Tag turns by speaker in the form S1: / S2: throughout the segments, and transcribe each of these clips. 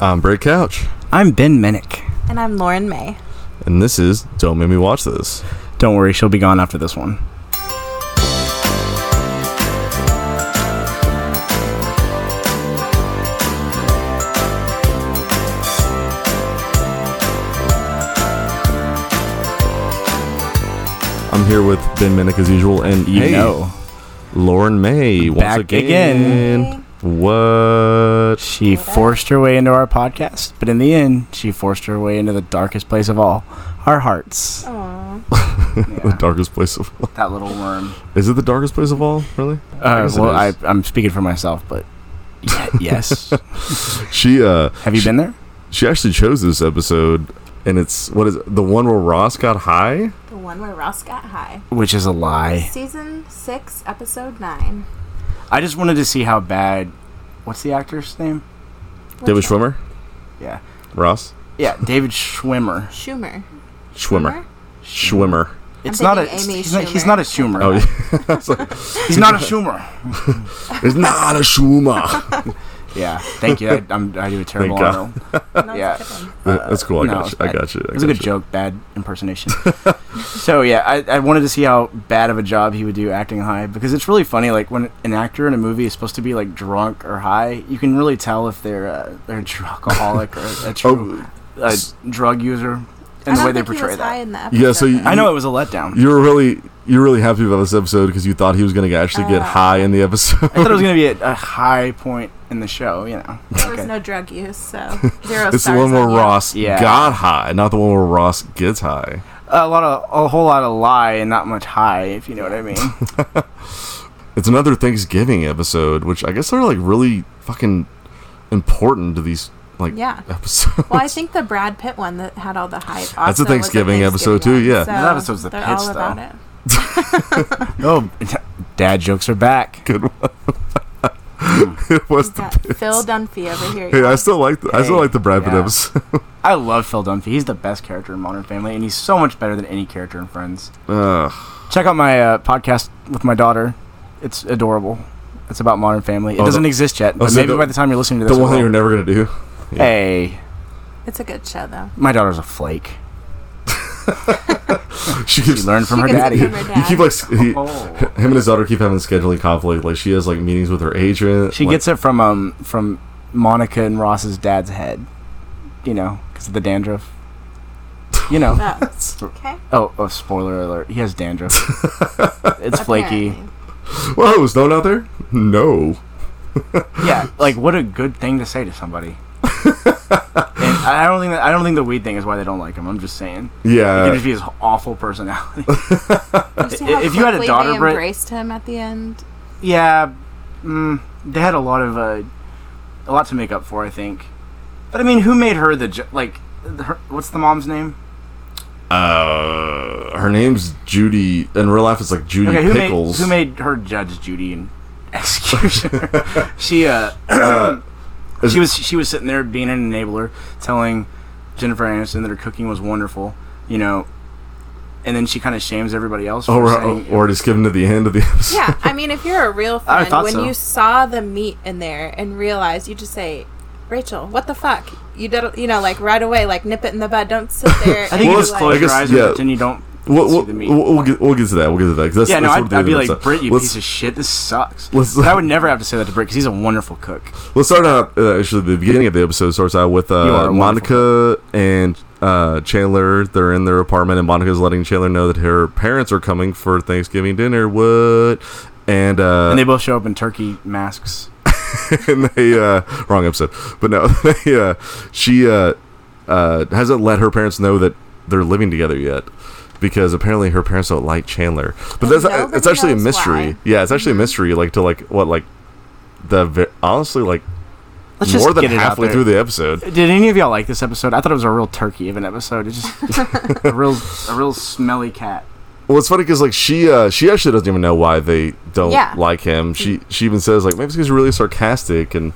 S1: I'm Brett Um, Couch,
S2: I'm Ben Minnick.
S3: And I'm Lauren May.
S1: and this is Don't Make Me Watch This.
S2: Don't worry, she'll be gone after this one.
S1: I'm here with Ben Minnick as usual, and
S2: You
S1: hey,
S2: know,
S1: Lauren May once
S2: Back
S1: again. What?
S2: she forced her way into our podcast, but in the end, she forced her way into the darkest place of all, our hearts.
S3: Aww. Oh,
S1: The darkest place of all?
S2: That little worm.
S1: Is it the darkest place of all? Really?
S2: Uh,
S1: guess it
S2: well, I,
S1: is.
S2: I'm speaking for myself, but y- yes.
S1: She uh,
S2: Have you been there?
S1: she actually chose this episode, and it's what is it, the one where Ross got high?
S3: The one where Ross got high.
S2: Which is a lie.
S3: Season 6, Episode 9.
S2: I just wanted to see how bad. What's the actor's name?
S1: David Schwimmer,
S2: Yeah,
S1: Ross
S2: yeah, David Schwimmer.
S3: Schummer.
S1: Schwimmer, Schwimmer.
S2: It's
S3: I'm
S2: not a.
S3: thinking Amy
S2: he's, not, he's not a Schumer.
S1: Oh, yeah. I was like,
S2: He's not a Schumer.
S1: it's not a Schwimmer.
S2: Yeah, thank you. I, I'm, I do a terrible
S1: God.
S2: Arnold.
S3: No,
S2: Yeah.
S3: it's a good one.
S1: That's cool. I
S2: No,
S1: got you. I
S2: I-
S1: got you. I
S2: It was a
S1: got
S2: good
S1: you.
S2: joke, bad impersonation. so yeah, I, I wanted to see how bad of a job he would do acting high because it's really funny. Like when an actor in a movie is supposed to be like drunk or high, you can really tell if they're uh, they're a true alcoholic or a true
S1: Oh,
S2: uh, drug user,
S3: I
S2: and the
S3: don't
S2: way they
S3: think he
S2: portray
S3: was
S2: that.
S3: high in the episode.
S1: Yeah, so you-
S2: I know it was a letdown.
S1: you were really you were really happy about this episode because you thought he was going to actually get
S3: Uh,
S1: high in the episode.
S2: I thought it was gonna be at a high point in the show. You know,
S3: there
S2: Okay.
S3: was no drug use, so zero
S1: It's the
S3: stars
S1: one where
S3: on you.
S1: Ross
S2: Yeah.
S1: got high, not the one where Ross gets high.
S2: a lot of a whole lot of lie and not much high, if you know what I mean.
S1: It's another Thanksgiving episode, which I guess are like really fucking important to these like
S3: Yeah.
S1: episodes.
S3: Well, I think the Brad Pitt one that had all the hype. Also
S1: That's a
S3: was
S1: Thanksgiving episode, too,
S3: one,
S1: yeah.
S3: So
S2: That episode's the
S3: they're
S2: pits,
S3: all about
S2: though.
S3: it.
S2: oh, dad jokes are back.
S1: Good one. it was
S3: We've
S1: the
S3: got Phil Dunphy over here.
S1: hey, I
S3: y'all.
S1: still like the, I still
S2: Hey,
S1: like the Brad Pitt
S2: yeah.
S1: episode.
S2: I love Phil Dunphy. He's the best character in Modern Family, and he's so much better than any character in Friends.
S1: Ugh.
S2: Check out my uh, podcast with my daughter. It's adorable. It's about Modern Family. It
S1: Oh,
S2: doesn't
S1: the-
S2: exist yet, but
S1: so
S2: maybe
S1: the-
S2: by the time you're listening to
S1: the
S2: this,
S1: one
S2: it
S1: thing you're
S2: will.
S1: never gonna do. yeah.
S2: hey,
S3: It's a good show, though.
S2: my daughter's a flake.
S1: She
S2: She
S1: keeps
S2: learned from her
S3: gets
S2: daddy.
S3: it from her
S1: you keep like s- he,
S2: Oh.
S1: him and his daughter keep having scheduling conflict. Like she has like meetings with her agent.
S2: She
S1: like,
S2: gets it from um from Monica and Ross's dad's head. You know, because of the dandruff. You know.
S3: Oh, okay.
S2: oh, oh, spoiler alert. He has dandruff. it's flaky.
S3: Apparently.
S1: Whoa, snow out there? No.
S2: Yeah, like what a good thing to say to somebody. and I don't think that, I don't think the weed thing is why they don't like him. I'm just saying it could
S1: Yeah.
S2: just be his awful personality.
S3: You see how
S2: If you had a
S3: quickly
S2: daughter,
S3: they
S2: Brit-
S3: embraced him at the end.
S2: yeah, mm, they had a lot of uh, a lot to make up for, I think. But I mean, who made her the ju- like? the- Her, what's the mom's name?
S1: Uh, her name's Judy. In real life, it's like Judy
S2: Okay, who
S1: Pickles.
S2: made who made her Judge Judy and Executioner? she uh, she was she was sitting there being an enabler, telling Jennifer Aniston that her cooking was wonderful, you know, and then she kind of shames everybody else. For
S1: Oh, or,
S2: saying,
S1: or just give him to the end of the episode.
S3: Yeah, I mean, if you're a real
S2: I
S3: friend,
S2: thought
S3: when
S2: so.
S3: you saw the meat in there and realized, you just say, "Rachel, what the fuck?" You did, you know, like right away, like nip it in the bud. Don't sit there.
S2: I think
S1: Well,
S2: you
S3: and
S1: it's
S2: just
S3: be
S2: close
S1: I
S3: like,
S1: guess-
S2: your eyes
S1: yeah.
S2: and pretend you don't.
S1: We'll,
S2: see
S1: we'll,
S2: the meat.
S1: we'll, we'll get, we'll get to that. We'll get to that. 'cause That's,
S2: yeah, no,
S1: that's
S2: I'd,
S1: what they
S2: I'd
S1: do
S2: be
S1: in
S2: like,
S1: that stuff.
S2: Britt, you
S1: let's,
S2: piece of shit. This sucks.
S1: let's-
S2: But I would never have to say that to Britt because he's a wonderful cook.
S1: Let's start out. Uh, actually, the beginning of the episode starts out with
S2: You are
S1: uh,
S2: a
S1: Monica and uh, Chandler. They're in their apartment, and Monica's letting Chandler know that her parents are coming for Thanksgiving dinner. What? And uh,
S2: and they both show up in turkey masks.
S1: and they uh wrong episode but no they uh she uh uh hasn't let her parents know that they're living together yet because apparently her parents don't like chandler but
S3: And
S1: that's uh, it's
S3: nobody
S1: actually a
S3: knows
S1: mystery
S3: why. Mm-hmm.
S1: yeah it's actually a mystery like to like what like the ve- honestly like
S2: Let's just
S1: more than
S2: get it out
S1: halfway
S2: there.
S1: through the episode
S2: Did any of y'all like this episode? I thought it was a real turkey of an episode. It's just a real, a real smelly cat.
S1: well it's funny because like she uh she actually doesn't even know why they don't
S3: Yeah. Mm.
S1: like him she she even says like maybe it's because you're really sarcastic and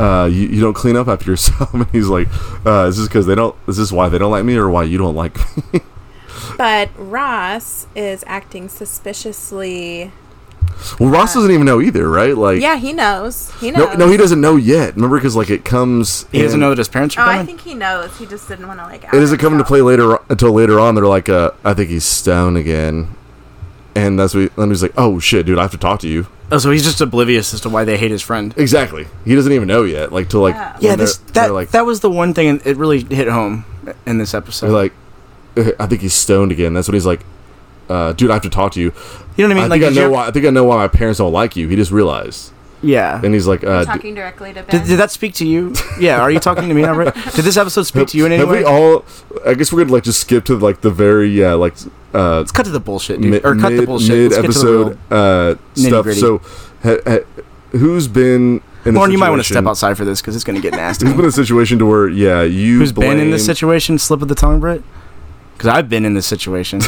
S1: uh, you, you don't clean up after yourself and he's like uh, is this because they don't is this why they don't like me or why you don't like me
S3: But Ross is acting suspiciously
S1: Well, Ross doesn't even know either, right? Like,
S3: Yeah, he knows. He
S1: no,
S3: knows.
S1: no, he doesn't know yet. Remember, because like it comes.
S2: He doesn't
S1: in-
S2: know that his parents
S3: Oh,
S2: are coming.
S3: I think he knows. He just didn't want to like.
S1: It
S3: out
S1: isn't coming to
S3: himself.
S1: play later until later on. They're like, uh, I think he's stone again, and that's what. And he's like, Oh shit, dude, I have to talk to you.
S2: oh, so he's just oblivious as to why they hate his friend.
S1: Exactly. He doesn't even know yet. Like till like
S3: Yeah.
S1: when
S2: Yeah, this,
S1: they're-
S2: that
S1: they're like
S2: that was the one thing and it really hit home in this episode.
S1: they're like "Uh, I think he's stoned again. That's when he's like, uh, dude, I have to talk to you.
S2: you know
S1: I,
S2: what I mean? like,
S1: think I
S2: did
S1: know
S2: you-
S1: why. I think I know why my parents don't like you. He just realized,
S2: Yeah.
S1: and he's like, uh, d-
S3: Talking directly to Ben.
S2: Did, did that speak to you? Yeah. Are you talking to me now, Rick? Did this episode speak to you in any
S1: have
S2: way?
S1: we all? I guess we're gonna like just skip to like the very yeah like uh
S2: Let's cut to the bullshit, dude.
S1: mid,
S2: or cut the
S1: mid-
S2: bullshit.
S1: mid
S2: Let's get to the real-
S1: episode uh stuff.
S2: nitty-gritty.
S1: So, ha, ha, who's been? In a
S2: Lauren, you might want to
S1: situation-
S2: step outside for this because it's going to get nasty.
S1: Who's been in a situation to where yeah you
S2: Who's
S1: blame,
S2: been in this situation? Slip of the tongue, Britt. Because I've been in this situation.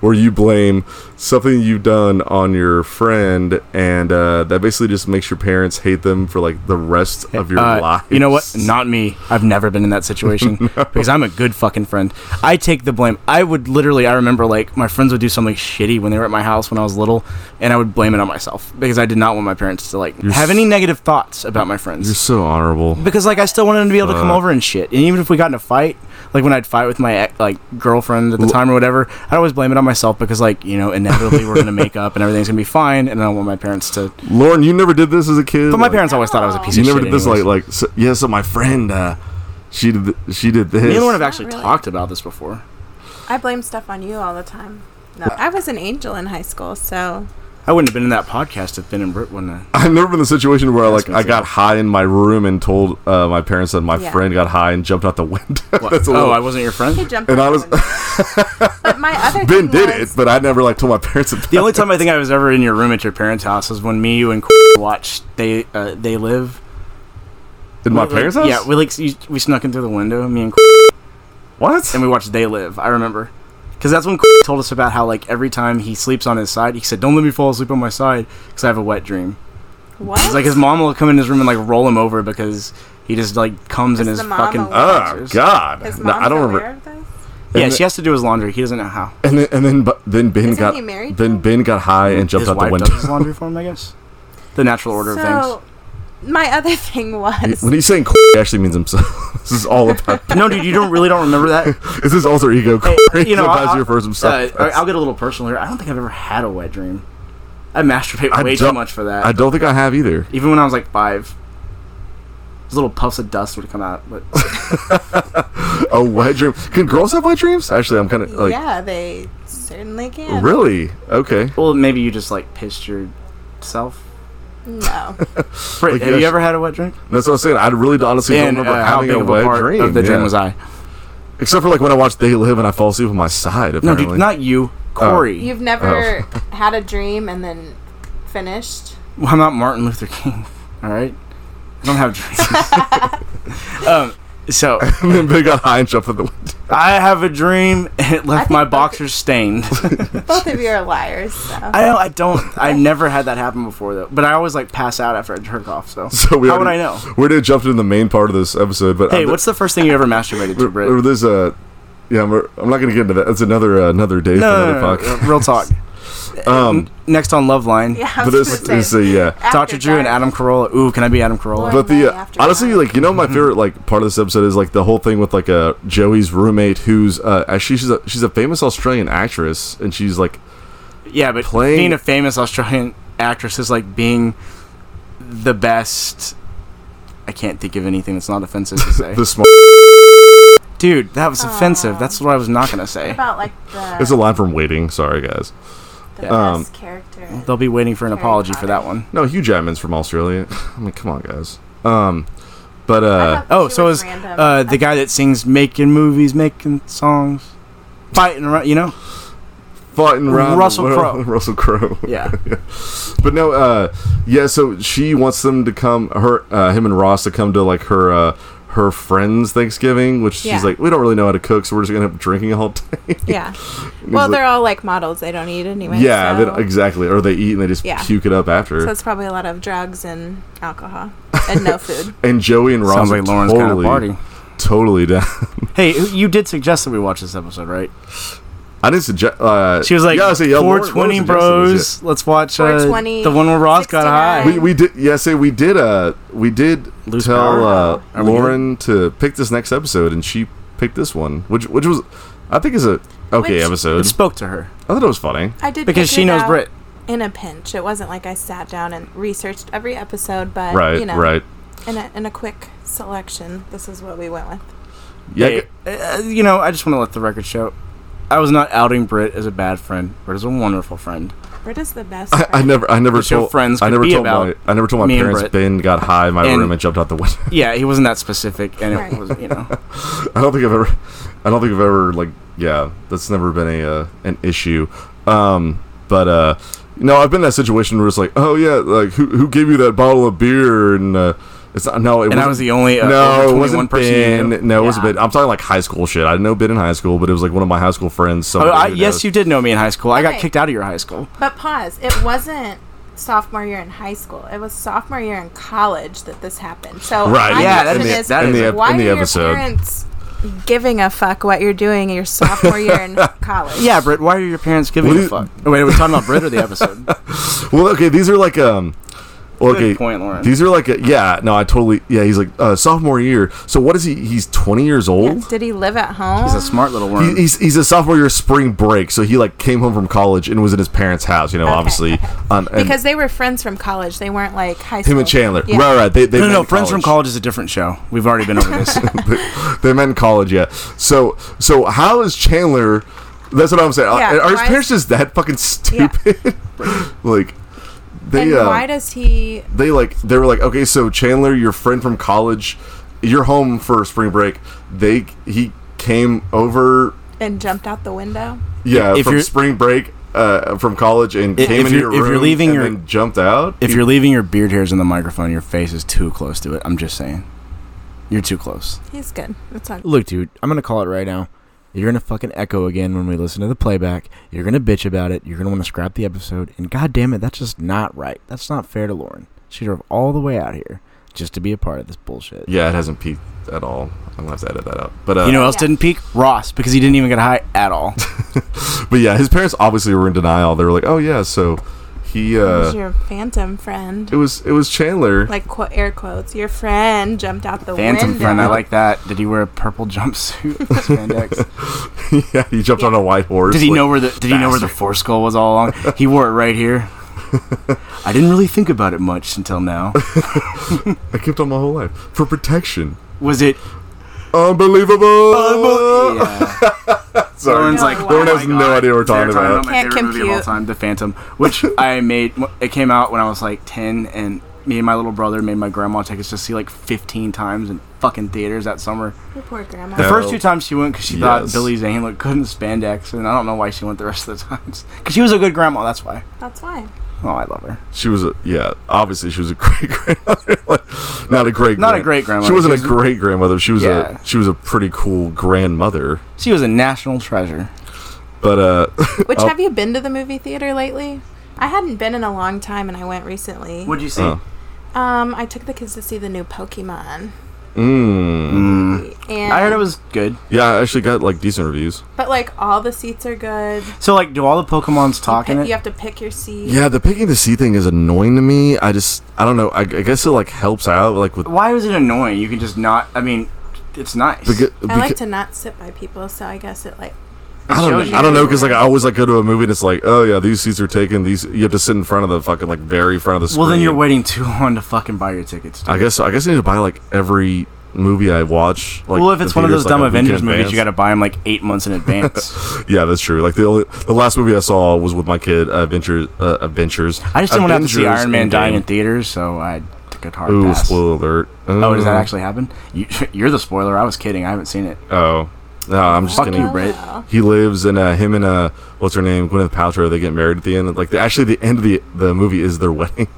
S1: where you blame something you've done on your friend, and uh, that basically just makes your parents hate them for like the rest of your
S2: Uh,
S1: life.
S2: You know what? Not me. I've never been in that situation because I'm a good fucking friend. I take the blame. I would literally, I remember like my friends would do something shitty when they were at my house when I was little, and I would blame it on myself because I did not want my parents to like
S1: You're
S2: have
S1: s-
S2: any negative thoughts about my
S1: You're
S2: friends.
S1: so honorable.
S2: Because like I still wanted them to be able to come
S1: Fuck.
S2: over and shit, and even if we got in a fight, like when I'd fight with my ex- like girlfriend at the
S1: L-
S2: time or whatever, I'd always blame it on myself because like you know inevitably we're gonna make up and everything's gonna be fine, and I don't want my parents to.
S1: Lauren, you never did this as a kid.
S2: But my
S1: Like,
S2: parents always thought I was a piece
S1: You
S2: of shit.
S1: never did this
S2: anyways.
S1: like like so, yeah. So my friend, uh, she did th- she did this.
S2: Me and Lauren have actually
S3: really.
S2: talked about this before.
S3: I blame stuff on you all the time. No,
S1: Uh,
S3: I was an angel in high school, so
S2: I wouldn't have been in that podcast if Ben and Britt wouldn't. Have.
S1: I've never been in a situation where
S2: That's
S1: like I got
S2: crazy.
S1: high in my room and told uh, my parents that my
S3: Yeah.
S1: friend got high and jumped out the window.
S2: What?
S1: That's a
S2: oh,
S1: little-
S2: I wasn't your
S3: he
S2: friend.
S3: jumped.
S1: And
S3: out
S1: I
S3: the
S1: was-
S3: window. but my other
S1: Ben
S3: thing
S1: did it,
S3: was-
S1: but I never like told my parents about
S2: The only time I think I was ever in your room at your parents' house is when me, you, and watched they uh, they live.
S1: in my
S2: We, like-
S1: parents' house.
S2: Yeah, we like s- we snuck in through the window, me and
S1: what?
S2: and we watched They Live. I remember because that's when told us about how like every time he sleeps on his side, he said, "Don't let me fall asleep on my side because I have a wet dream."
S3: what?
S2: It's like his mom will come in his room and like roll him over because he just like comes in his
S3: Is the mom
S2: fucking.
S3: aware?
S1: Oh
S2: boxers.
S1: God!
S3: His
S1: No,
S3: mom's
S1: I don't remember.
S3: aware of this?
S2: Yeah,
S1: And
S2: she has to do his laundry. He doesn't know how.
S1: And then, and then, but then Ben
S3: Isn't
S1: got
S3: he married
S1: then
S3: now?
S1: Ben got high and jumped
S2: his
S1: out the
S2: wife
S1: window.
S2: does his laundry for him, I guess. The natural order of things.
S3: So my other thing was
S1: when he's saying "c***," he actually means himself. this is all about.
S2: No, dude, you don't really don't remember that.
S1: This is alter ego.
S2: Hey,
S1: you
S2: you know,
S1: know,
S2: I'll-
S1: your first
S2: Uh,
S1: himself.
S2: I- I'll get a little personal here. I don't think I've ever had a wet dream. I masturbate
S1: I
S2: way too
S1: don't-
S2: much for that.
S1: I don't think I have either.
S2: Even when I was like five, those little puffs of dust would come out. But
S1: A wet dream. Can girls have wet dreams? Actually, I'm kind of like
S3: yeah, they certainly can.
S1: really okay.
S2: well, maybe you just like pissed yourself.
S3: No,
S2: Britt,
S1: Like,
S2: have
S1: yeah,
S2: you
S1: sh-
S2: ever had a wet dream?
S1: That's what I'm saying. I really honestly
S2: And,
S1: don't remember
S2: uh, how
S1: having
S2: big
S1: a
S2: of a
S1: wet
S2: part
S1: dream.
S2: of the dream
S1: yeah.
S2: was I?
S1: Except for like when I watched They Live and I fall asleep on my side.
S2: No,
S1: Apparently. Oh.
S2: dude, not you, Corey.
S3: you've never had a dream and then finished.
S2: Well, I'm not Martin Luther King. All right, I don't have dreams. um, so
S1: and then Ben got high and jumped out the window.
S2: I have a dream, and it left
S3: think
S2: my
S3: both-
S2: boxers stained.
S3: Both of you are liars. So.
S2: I don't. I don't. I never had that happen before though. But I always like pass out after I jerk off. So,
S1: So we
S2: how
S1: already-
S2: would I know?
S1: We already jumped into the main part of this episode, but
S2: Hey,
S1: I'm-
S2: what's the first thing you ever masturbated to, Britt?
S1: Or there's a yeah. I'm, I'm not gonna get into that. That's another uh, another day
S2: No,
S1: for
S2: no, no, Uh,
S1: another
S2: no,
S1: podcast.
S2: real talk.
S1: Um,
S2: Next on Love Line,
S3: yeah, I
S1: but
S3: was
S1: this
S3: gonna
S1: is
S3: say,
S1: a yeah.
S3: after
S2: Dr. Drew and
S3: dark.
S2: Adam Carolla. Ooh, can I be Adam Carolla?
S3: Or
S1: But the
S3: May
S1: uh,
S3: after
S1: honestly,
S3: dark.
S1: like you know, my favorite like part of this episode is like the whole thing with like uh, Joey's roommate, who's uh, actually she's a she's a famous Australian actress, and she's like
S2: yeah, but
S1: Playing-
S2: being a famous Australian actress is like being the best. I can't think of anything that's not offensive to say.
S1: the smart.
S2: Dude, that was
S3: Aw.
S2: offensive. That's what I was not gonna
S3: What
S2: say.
S3: about like
S1: It's a
S3: the,
S1: line from Waiting. Sorry, guys.
S3: the
S1: um,
S3: best character.
S2: They'll be waiting for an
S3: Harry
S2: apology for
S3: Potter.
S2: that one.
S1: No, Hugh Jackman's from Australia. I mean, come on, guys. Um, but
S3: I
S1: uh,
S3: thought
S2: Oh,
S3: she
S2: so
S3: was
S2: is
S3: random.
S2: uh, the
S3: I-
S2: guy that sings making movies, making songs, fighting around, you know?
S1: fighting around the
S2: Russell
S1: world-
S2: Crowe.
S1: Russell Crowe.
S2: Yeah.
S1: But no, uh, yeah. So she wants them to come, her, uh, him, and Ross to come to like her, uh, her friend's Thanksgiving, which
S3: Yeah.
S1: she's like, we don't really know how to cook, so we're just gonna end up drinking all day.
S3: Yeah.
S1: And
S3: Well,
S1: he's like,
S3: they're all like models. They don't eat anyway.
S1: yeah,
S3: so,
S1: they don't- exactly. Or they eat and they just
S3: Yeah.
S1: puke it up after.
S3: so it's probably a lot of drugs and alcohol and no food.
S1: and Joey and Ross
S2: Sounds like
S1: are
S2: Lauren's
S1: totally,
S2: kind of party.
S1: totally down.
S2: Hey, you did suggest that we watch this episode, right?
S1: I didn't suggest. Uh,
S2: She was like,
S1: yeah, I said, yeah, Lauren- Lauren
S2: 420
S1: suggested this,
S2: bros, let's watch uh,
S3: 420,
S2: the one where Ross got high.
S1: yeah. We, we did. Yeah, say we did. Uh, we did
S2: Lose
S1: tell
S2: power?
S1: uh,
S2: Are we
S1: Lauren to pick this next episode, and she picked this one, which which was, I think, is a okay
S3: Which-
S1: episode.
S2: it spoke to her
S1: I thought it was funny.
S3: I did
S2: because
S3: pick
S2: she
S3: it
S2: knows
S3: out
S2: Brit.
S3: in a pinch. It wasn't like I sat down and researched every episode, but
S1: Right,
S3: you know,
S1: right.
S3: in a in a quick selection, this is what we went with.
S1: Yeah,
S2: Hey, uh, you know, I just want to let the record show. I was not outing Brit as a bad friend. Brit is a wonderful friend.
S3: Brit is the best.
S1: I, I
S3: friend.
S1: never, I never
S2: Which your
S1: told
S2: friends
S1: I
S2: could
S1: never
S2: be
S1: told my,
S2: about
S1: I never told my
S2: me and
S1: parents.
S2: Brett.
S1: Ben got high in my
S2: And-
S1: room and jumped out the window.
S2: Yeah, he wasn't that specific, and
S3: Right.
S2: it was you know.
S1: I don't think I've ever, I don't think I've ever like, yeah, that's never been a uh, an issue. Um, but uh, no, I've been in that situation where it's like, oh yeah, like who who gave you that bottle of beer and uh, it's not no, it
S2: And I
S1: wasn't-
S2: was the only uh,
S1: no,
S2: over
S1: it
S2: 21
S1: wasn't
S2: person. you
S1: Ben.
S2: knew.
S1: No, it wasn't
S2: Yeah.
S1: Ben. I'm talking like high school shit. I didn't know Ben in high school, but it was like one of my high school friends.
S2: Oh,
S1: somebody
S2: I,
S1: who
S2: yes,
S1: knows.
S2: you did know me in high school. I got
S3: Okay.
S2: kicked out of your high school.
S3: But pause. It wasn't sophomore year in high school. It was sophomore year in college that this happened. So
S1: Right,
S3: My
S2: yeah,
S3: question
S2: in the-
S3: is,
S2: that is- in the
S1: ep-
S3: why
S1: in the
S3: are
S1: episode.
S3: your parents giving a fuck what you're doing your sophomore year in college?
S2: Yeah, Brit. Why are your parents giving
S1: What
S2: a
S1: is-
S2: fuck? Oh, wait, we're talking about Brit or the episode.
S1: Well, okay, these are like um. well,
S2: Good
S1: Okay,
S2: point, Lauren.
S1: These are like a, yeah, no, I totally yeah. He's like uh, sophomore year. So what is he? He's twenty years
S3: Yeah,
S1: old.
S3: Did he live at home?
S2: He's a smart little
S1: He,
S2: worm.
S1: he's he's a sophomore year spring break. So he like came home from college and was in his parents' house. You know,
S3: Okay,
S1: obviously,
S3: okay.
S1: on, and
S3: because they were friends from college. They weren't like high school.
S1: him and Chandler.
S3: Yeah.
S1: Right, right. They, they
S2: no, no,
S1: met
S2: no.
S1: in
S2: Friends from college is a different show. We've already been over this.
S1: they met in college. Yeah. So so how is Chandler? That's what I'm saying. Uh,
S3: Yeah,
S1: Are- Are his
S3: why-
S1: parents just that fucking stupid? like they
S3: And
S1: uh,
S3: why does he?
S1: they like they were like okay so chandler your friend from college you're home for spring break they he came over
S3: And jumped out the window.
S1: yeah
S2: If
S1: from
S2: you're-
S1: spring break uh, from college and
S2: If-
S1: came
S2: if
S1: into your
S2: you're-
S1: room
S2: if you're leaving
S1: and
S2: your-
S1: then jumped out
S2: If you're leaving your beard hairs in the microphone, your face is too close to it. I'm just saying. You're too close.
S3: He's good. That's all.
S2: Look, dude, I'm going to call it right now. You're going to fucking echo again when we listen to the playback. You're going to bitch about it. You're going to want to scrap the episode. And god damn it, that's just not right. That's not fair to Lauren. She drove all the way out here just to be a part of this bullshit.
S1: yeah it hasn't peaked at all i'm gonna have to edit that out but uh,
S2: You know who else
S3: Yeah.
S2: didn't peak? Ross, because he didn't even get high at all.
S1: but yeah his parents obviously were in denial they were like oh yeah so he
S3: He's
S1: uh
S3: your phantom friend.
S1: it was it was chandler
S3: Like qu- air quotes. Your friend jumped out the
S2: Phantom
S3: window.
S2: friend, I like that. Did he wear a purple jumpsuit? Spandex.
S1: yeah he jumped on a white horse
S2: Did he
S1: like-
S2: know where the Did he know where the four skull was all along? He wore it right here. I didn't really think about it much until now.
S1: i kept on my whole life for protection
S2: Was it?
S1: unbelievable
S2: Yeah.
S1: sorry
S2: Lauren's like,
S3: No,
S1: Lauren
S2: oh
S1: has
S2: my
S1: no
S2: God.
S1: idea what we're talking
S2: They're talking
S1: about.
S2: about my
S3: Can't
S2: favorite movie of all
S3: compute.
S2: time, The Phantom, which I made. It came out when I was like ten, and me and my little brother made my grandma take us to see like fifteen times in fucking theaters that summer.
S3: Your poor grandma.
S2: The
S1: Yeah.
S2: first two times she went because she
S1: Yes.
S2: thought Billy Zane looked good in spandex, and I don't know why she went the rest of the times. Because she was a good grandma, that's why.
S3: That's why.
S2: Oh, I love her.
S1: She was, a, yeah, obviously she was a great grandmother, Like, not a great,
S2: Not a great grandmother.
S1: She wasn't
S2: She
S1: a
S2: was-
S1: great grandmother. She was
S2: Yeah.
S1: a she was a pretty cool grandmother.
S2: She was a national treasure.
S1: But uh,
S3: Which
S1: Oh.
S3: have you been to the movie theater lately? I hadn't been in a long time, and I went recently.
S2: What'd you see?
S1: Oh.
S3: Um, I took the kids to see the new Pokemon.
S1: mm,
S3: And
S2: I heard it was good.
S1: yeah, I actually got like decent reviews.
S3: But like all the seats are good.
S2: So, like, do all the Pokemon's talk
S3: you,
S2: in
S3: pick-
S2: it?
S3: you have to pick your seat.
S1: Yeah, the picking the sea thing is annoying to me. I just, I don't know. I, I guess it like helps out, like with
S2: Why was it annoying? You could just not. I mean, it's nice.
S1: beca-
S3: I like
S1: beca-
S3: to not sit by people, so I guess it like
S1: I don't
S2: shows
S1: know.
S2: you
S1: I don't know because like I always like go to a movie and it's like, oh yeah, these seats are taken. These you have to sit in front of the fucking like very front of the screen.
S2: well, then you're waiting too long to fucking buy your tickets. dude.
S1: I guess I guess I need to buy like every movie I watch. Like,
S2: well, if it's
S1: the
S2: one of
S1: theaters, like,
S2: those dumb
S1: a week in
S2: Avengers movies, you
S1: advance.
S2: gotta buy them like eight months in advance.
S1: Yeah, that's true. Like the only, the last movie I saw was with my kid, uh, Adventures. Uh, Adventures.
S2: I just didn't want to have to see
S1: Avengers
S2: Iron Man dying in
S1: Endgame.
S2: theaters, so I took a hard
S1: Ooh,
S2: pass.
S1: spoiler alert! Mm.
S2: Oh, does that actually happen? You, you're the spoiler. I was kidding. I haven't seen it.
S1: Oh, no, I'm just
S2: Fuck
S1: gonna.
S2: you, Brett.
S1: He lives and uh, him and uh, what's her name, Gwyneth Paltrow. They get married at the end. Like the, actually, the end of the the movie is their wedding.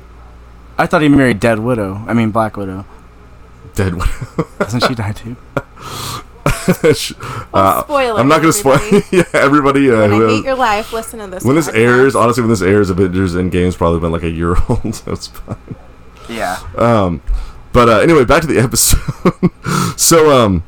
S2: I thought he married Dead Widow. I mean, Black Widow.
S1: Dead. wedding.
S2: Doesn't she die too?
S1: uh,
S3: spoiler.
S1: I'm not gonna spoil.
S3: Oh, everybody.
S1: yeah, everybody. Uh,
S3: When
S1: who
S3: I
S1: has-
S3: hate your life, listen to this.
S1: when this
S3: podcast.
S1: airs, honestly, when this airs, Avengers Endgame's probably been like a year old. So it's fine.
S2: Yeah.
S1: Um, but uh, anyway, back to the episode. so um,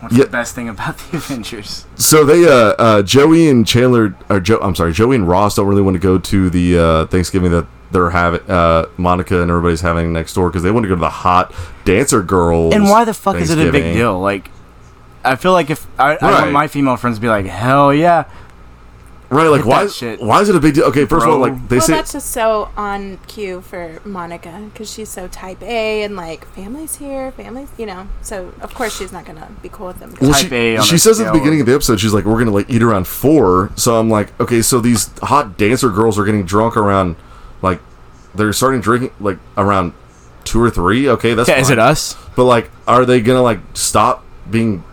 S2: What's
S1: Yeah.
S2: the best thing about the Avengers?
S1: So they, uh, uh, Joey and Chandler, or Joe, I'm sorry, Joey and Ross don't really want to go to the uh, Thanksgiving that they're having, uh, Monica and everybody's having next door because they want to go to the hot dancer girl.
S2: And why the fuck is it a big deal? Like, I feel like if I, I
S1: Right.
S2: want my female friends to be like, hell yeah,
S1: Right? Like,
S2: Hit
S1: why?
S2: that shit,
S1: Why is it a big deal? Okay, first of all,
S2: bro.
S1: like they
S3: well,
S1: say,
S3: that's just so on cue for Monica because she's so type A and like family's here, family's, you know. So of course she's not gonna be cool with them. 'cause
S1: Well,
S2: type
S1: she,
S2: A on
S1: she
S2: a
S1: says at the
S2: scale
S1: beginning of the episode, she's like, "We're gonna like eat around four. So I'm like, "Okay, so these hot dancer girls are getting drunk around, like, they're starting drinking like around two or three. Okay, that's
S4: Yeah, is
S1: fine.
S4: it us?
S1: But like, are they gonna like stop being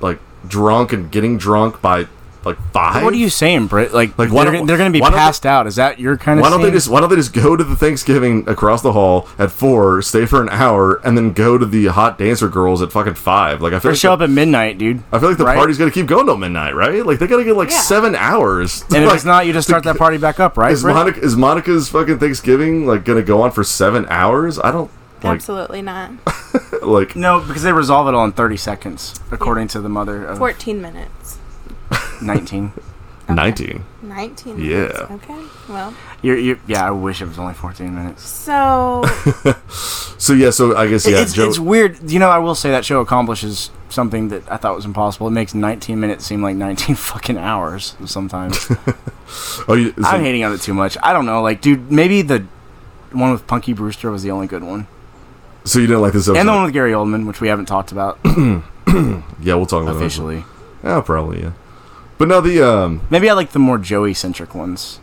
S1: like drunk and getting drunk by like five?
S2: what are you saying, Britt? Like,
S1: Like, why
S2: they're,
S1: don't-
S2: they're going to be
S1: why don't they-
S2: passed out. Is that your kind of?
S1: Why don't they
S2: scene?
S1: just Why don't they just go to the Thanksgiving across the hall at four, stay for an hour, and then go to the hot dancer girls at fucking five? Like I feel
S2: Or
S1: like
S2: show
S1: the-
S2: up at midnight, dude?
S1: I feel like the
S2: right?
S1: party's gonna keep going till midnight, right? Like they gotta get like
S3: Yeah.
S1: seven hours.
S2: And if
S1: Like,
S2: it's not, you just start that party back up, right?
S1: Is
S2: Britt?
S1: Monica is Monica's fucking Thanksgiving like gonna go on for seven hours? I don't like
S3: Absolutely not.
S1: like
S2: No, because they resolve it all in 30 seconds, according to the mother of
S3: Fourteen minutes.
S2: 19.
S1: nineteen.
S3: Nineteen.
S1: Yeah.
S3: Minutes. Okay. Well,
S2: You're, you yeah, I wish it was only 14 minutes.
S3: so
S1: So yeah, so I guess yeah,
S2: it's,
S1: Joe.
S2: it's weird. You know, I will say that show accomplishes something that I thought was impossible. It makes 19 minutes seem like 19 fucking hours sometimes.
S1: oh, you, so-
S2: I'm hating on it too much. I don't know. Like, dude, maybe the one with Punky Brewster was the only good one.
S1: so you didn't like this episode?
S2: And the one with Gary Oldman, which we haven't talked about
S1: yeah, we'll talk about that.
S2: officially.
S1: Yeah, probably yeah. But no, the um,
S2: Maybe I like the more Joey centric ones.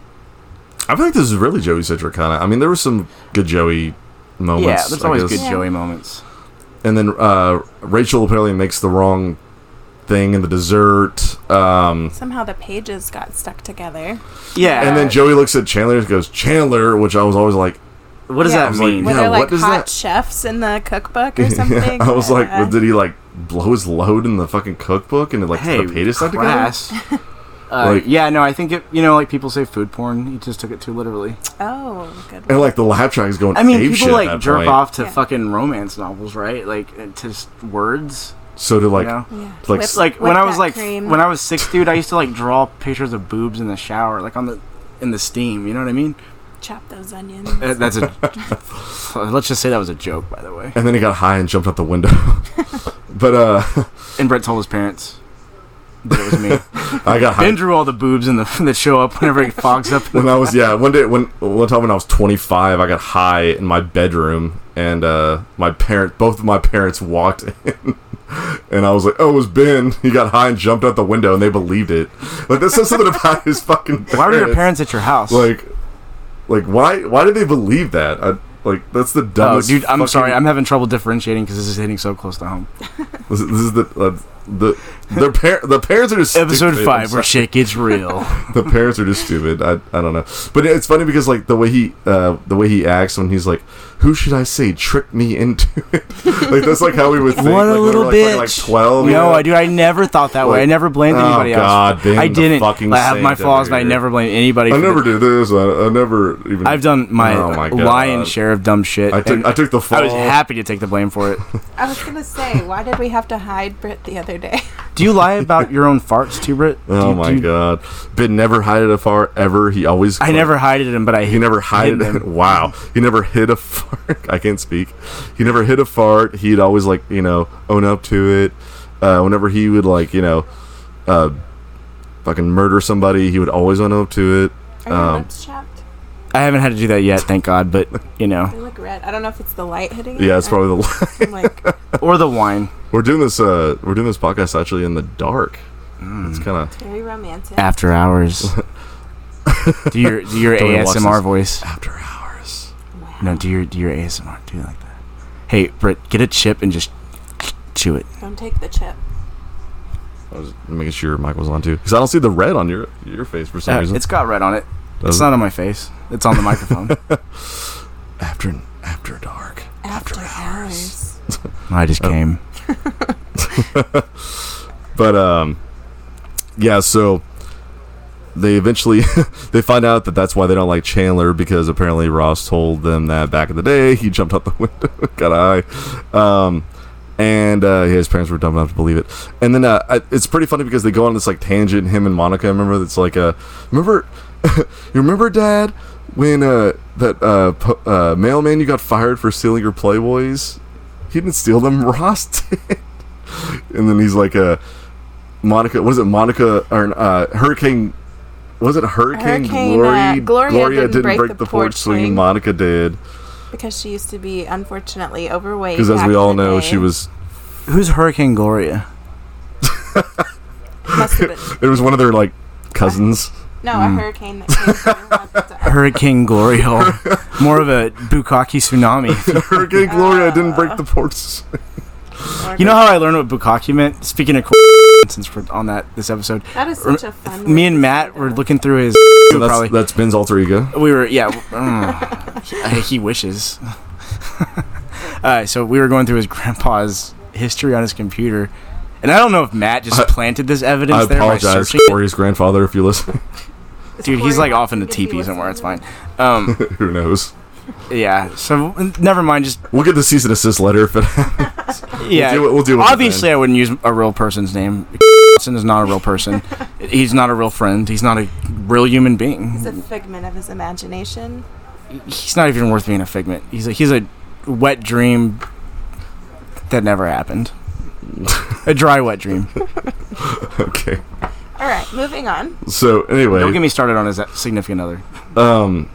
S1: I feel like this is really Joey centric kind of. I mean, there were some good Joey moments.
S2: yeah, there's
S1: I
S2: always
S1: guess.
S2: good
S3: Yeah.
S2: Joey moments.
S1: and then uh, Rachel apparently makes the wrong thing in the dessert. Um,
S3: somehow the pages got stuck together.
S2: Yeah.
S1: and then Joey looks at Chandler and goes, "Chandler," which I was always like,
S2: what does
S3: Yeah.
S2: that
S3: I'm
S1: like,
S2: mean?
S3: Were
S1: Yeah,
S3: there
S1: what
S3: like
S1: does
S3: hot
S1: that-
S3: chefs in the cookbook or something?
S1: I was like,
S3: Uh,
S1: well, did he like blow his load in the fucking cookbook and it like
S2: hey,
S1: the pages stuck together?
S2: class. Uh,
S1: Like-
S2: yeah, no, I think it. You know, like people say food porn. He just took it too literally.
S3: oh, good.
S1: And like the lab track is going.
S2: I mean,
S1: ape
S2: people
S1: shit at
S2: like
S1: that
S2: jerk
S1: point.
S2: off to
S3: Yeah.
S2: fucking romance novels, right? Like uh, to s- words.
S1: So to like,
S2: you know?
S3: Yeah.
S1: like-
S3: Whip-
S2: like
S3: whip
S2: when I was
S3: that
S2: like
S3: cream.
S2: when I was six, dude, I used to like draw pictures of boobs in the shower, like on the in the steam. You know what I mean?
S3: chop those onions.
S2: Uh, that's a. let's just say that was a joke, by the way.
S1: and then he got high and jumped out the window. but uh,
S2: And Brett told his parents. That it was me.
S1: I got high
S2: ben drew all the boobs in the that show up whenever it fogs up.
S1: when I was yeah one day when one time when I was 25 I got high in my bedroom and uh my parent both of my parents walked in and I was like oh it was Ben he got high and jumped out the window and they believed it like that says something about his fucking
S2: Why were your parents at your house?
S1: like like why why did they believe that I, like that's the
S2: Oh,
S1: dumbest
S2: dude, I'm
S1: fucking-
S2: sorry. I'm having trouble differentiating because this is hitting so close to home.
S1: this, this is the uh, the their par- the parents are just
S2: Episode
S1: stupid. I'm
S2: five,
S1: sorry.
S2: where shit gets real.
S1: the parents are just stupid. I, I don't know, but it's funny because like the way he uh, the way he acts when he's like, "Who should I say tricked me into it?" like that's like how we would think.
S2: What
S1: like,
S2: a
S1: when we
S2: little
S1: were, like, fucking,
S2: bitch.
S1: Like twelve.
S2: No,
S1: yeah.
S2: I do. I never thought that way. I
S1: Like,
S2: never blamed
S1: oh,
S2: anybody else.
S1: God, being
S2: I
S1: the
S2: didn't.
S1: fucking
S2: I have my
S1: saint
S2: flaws,
S1: over
S2: but I
S1: here.
S2: never blame anybody.
S1: I
S2: for
S1: never
S2: the-
S1: do this. I, I never even.
S2: I've done my,
S1: Oh, my God.
S2: lion's share of dumb shit.
S1: I took
S2: and
S1: I took the fall.
S2: I was happy to take the blame for it.
S3: I was gonna say, why did we have to hide Brit the other day?
S2: Do you lie about your own farts, too, Britt? Do
S1: Oh
S2: you-
S1: my
S2: do you-
S1: god! Ben never hid it afar ever. He always.
S2: I never hid it, but I
S1: He never hid.
S2: hid them.
S1: wow. He never hid a fart. I can't speak. He never hid a fart. He'd always like you know own up to it. Uh, whenever he would like you know, uh, fucking murder somebody, he would always own up to it.
S3: Are your
S1: Um,
S3: lips chapped?
S2: I haven't had to do that yet, thank God. But you know,
S3: They look red. I don't know if it's the light hitting.
S1: Yeah,
S3: it
S1: it's
S3: or-
S1: probably the.
S3: I'm like
S2: or the wine
S1: we're doing this. Uh, we're doing this podcast actually in the dark. It's kind of
S3: very romantic.
S2: after hours. do your do your
S1: Don't even watch
S2: ASMR
S1: this.
S2: voice?
S1: after hours.
S3: Oh, Wow.
S2: No, do your do your ASMR. Do it like that. Hey, Britt, get a chip and just chew it.
S3: Don't take the chip.
S1: I was making sure Mike was on too, because I don't see the red on your your face for some
S2: Uh,
S1: reason.
S2: it's got red on it.
S1: Does
S2: It's
S1: it?
S2: not on my face. It's on the microphone.
S1: after after dark.
S3: After, hours.
S2: I
S1: Oh.
S2: just came.
S1: but um yeah so they eventually they find out that that's why they don't like chandler because apparently ross told them that back in the day he jumped out the window got high um and uh, yeah, his parents were dumb enough to believe it. And then uh, I, it's pretty funny because they go on this like tangent. Him and Monica. I remember it's like uh, remember you remember Dad when uh, that uh, po- uh, mailman you got fired for stealing your Playboys. He didn't steal them. Ross did. and then he's like uh, Monica. What is it? Monica or uh, Hurricane. Was it Hurricane,
S3: Hurricane,
S1: Glory?
S3: uh, Gloria didn't break the porch swing.
S1: Monica did.
S3: because she used to be unfortunately overweight.
S1: Because as
S3: back
S1: we
S3: in
S1: all
S3: the
S1: know,
S3: day.
S1: she was
S2: Who's Hurricane Gloria?
S3: Must have been-
S1: It was one of their like cousins.
S3: no
S2: Mm.
S3: a hurricane that came through.
S2: Hurricane Gloria. More of a bukkake tsunami.
S1: Hurricane Gloria didn't break the ports.
S3: Or-
S2: You know how I learned what bukkake meant? Speaking of since we're on that this episode,
S3: that is such a fun. word
S2: me and
S3: to
S2: Matt
S3: say
S2: were
S3: that.
S2: looking through his
S1: So
S2: probably.
S1: that's, that's Ben's alter ego.
S2: We were, yeah. w- mm, he- he wishes. uh, so we were going through his grandpa's history on his computer, and I don't know if Matt just
S1: I-
S2: planted this evidence
S1: I
S2: there by
S1: apologize,
S2: searching.
S1: Corey's grandfather, if you listen.
S2: it. Dude, he's like off in the
S3: If he
S2: teepee somewhere. It's fine.
S3: listened
S2: Um,
S1: Who knows?
S2: yeah. So never mind. Just
S1: We'll get the cease and assist letter if it.
S2: yeah.
S1: We'll deal, we'll deal with it
S2: Obviously, I wouldn't use a real person's name. is not a real person. He's not a real friend. He's not a real human being.
S3: It's a figment of his imagination.
S2: he's not even worth being a figment. He's a he's a wet dream that never happened. a dry wet dream.
S1: then. Okay.
S3: All right, moving on.
S1: So
S2: Don't get
S1: anyway,
S2: me started on his significant other.
S1: um,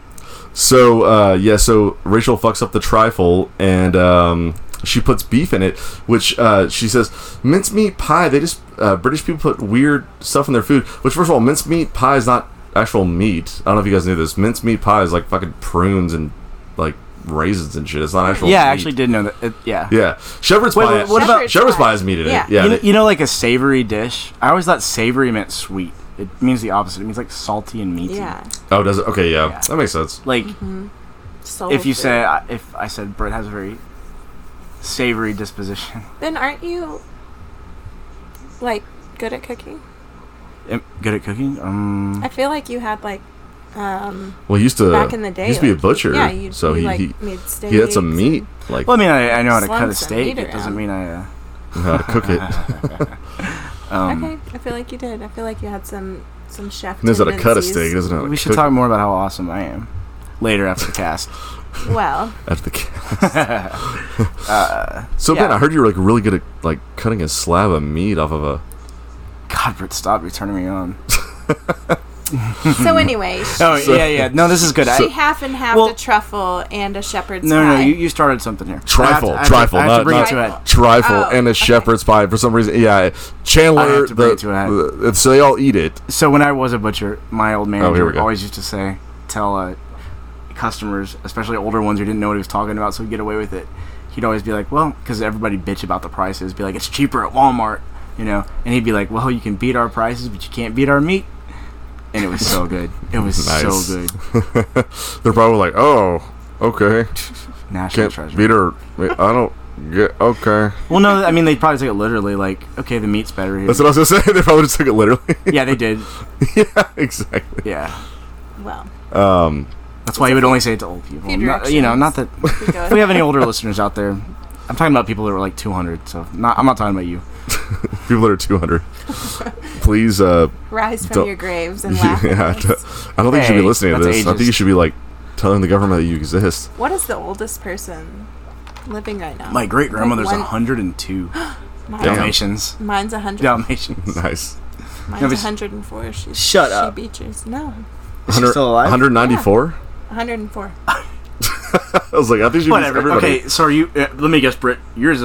S1: so uh, yeah, so Rachel fucks up the trifle and um, she puts beef in it, which uh, she says mincemeat pie. They just uh, British people put weird stuff in their food. Which first of all, mincemeat pie is not actual meat. I don't know if you guys knew this. Mincemeat pie is like fucking prunes and like raisins and shit. It's not actual.
S2: yeah, I
S1: meat.
S2: actually did know that. It, yeah.
S1: Yeah, shepherd's
S2: Wait,
S1: pie.
S2: wait, what
S3: about-
S1: shepherd's pie is meat in
S3: Yeah.
S1: it? Yeah,
S2: you, know,
S1: they-
S2: you know, like a savory dish. I always thought savory meant sweet. It means the opposite. It means like salty and meaty.
S3: Yeah.
S1: Oh, does it? Okay, yeah,
S2: Yeah.
S1: that makes sense.
S2: Like
S3: Soul
S2: if you
S3: food.
S2: say I- if I said Brett has a very savory disposition.
S3: then aren't you like good at cooking?
S2: Am- Good at cooking. Um,
S3: I feel like you had like um
S1: Well, he used to
S3: back in the
S1: Uh,
S3: day.
S1: he used to be a
S3: like-
S1: butcher.
S3: Yeah, you,
S1: so
S3: you,
S1: he,
S3: like
S1: he
S3: made
S1: he had some
S3: steaks
S1: meat, like
S2: well, I mean, I, I know how to cut a
S3: Slung some
S2: steak.
S3: meat
S2: It doesn't
S3: around.
S2: mean I.
S1: how to cook it.
S2: Uh, um,
S3: okay, I feel like you did. I feel like you had some some chef.
S1: He knows how to cut a steak. He
S3: tendencies.
S1: doesn't know how to
S2: We should
S1: cook
S2: talk more about how awesome I am later after the cast.
S3: Well,
S1: at the. ca-
S2: Uh,
S1: So Ben,
S2: Yeah.
S1: I heard you were like really good at like cutting a slab of meat off of a.
S2: God, Britt, stop! You're turning me on.
S3: so anyway, she,
S2: Oh
S1: So-
S2: yeah, yeah. No, this is good.
S3: she
S2: I,
S3: half and half
S2: Well-
S3: the truffle and a shepherd's
S2: no, no,
S3: pie.
S2: you, you started something here.
S1: Trifle,
S2: I have to,
S1: trifle,
S2: I have to,
S1: not-
S2: I have to bring
S3: not-
S2: it to it.
S1: Trifle
S3: Oh,
S1: and a
S3: okay.
S1: shepherd's pie for some reason. Yeah,
S2: I
S1: Chandler.
S2: have to bring
S1: The,
S2: it to a-
S1: the- so they all eat it.
S2: So when I was a butcher, my old
S1: Oh, here we
S2: manager
S1: go.
S2: always used to say, tell uh, customers, especially older ones who didn't know what he was talking about, so he'd get away with it. He'd always be like, well, because everybody bitch about the prices, be like, it's cheaper at Walmart, you know. And he'd be like, well, you can beat our prices, but you can't beat our meat. And it was so good. It was
S1: Nice.
S2: so good.
S1: They're probably like, oh, okay,
S2: National
S1: can't
S2: treasure.
S1: beat her. I don't get okay.
S2: Well, no, I mean they probably took it literally. Like, okay, the meat's better here.
S1: That's what I was gonna say. They probably just took it literally.
S2: yeah, they did.
S1: yeah, exactly.
S2: Yeah,
S3: well,
S1: Um,
S2: that's why you would only say it to old people.
S3: Few
S2: Not, you know, not that
S3: we go
S2: if we have any older listeners out there. I'm talking about people that were like 200. So not, I'm not talking about you.
S1: people that are 200 please uh
S3: rise from
S1: Don't-
S3: your graves and laugh. at
S1: yeah, I
S3: us.
S1: don't, I don't think you should be
S2: Hey,
S1: listening to
S2: that's
S1: this i think you
S2: ageist.
S1: should be like telling the government that you exist
S3: What is the oldest person living right now?
S2: My great grandmother's
S3: Like one-
S2: 102
S3: Mine-
S1: Damn.
S2: Dalmatians.
S3: Mine's 100.
S2: Dalmatians.
S1: nice
S3: Mine's
S2: No, but-
S3: 104. She's,
S2: Shut
S3: she
S2: up.
S3: beat yours. No,
S2: Is she still alive?
S1: 194
S3: 104.
S1: i was like i think you
S2: Whatever.
S1: everybody
S2: Okay, so are you? Uh, let me guess, Britt. Yours is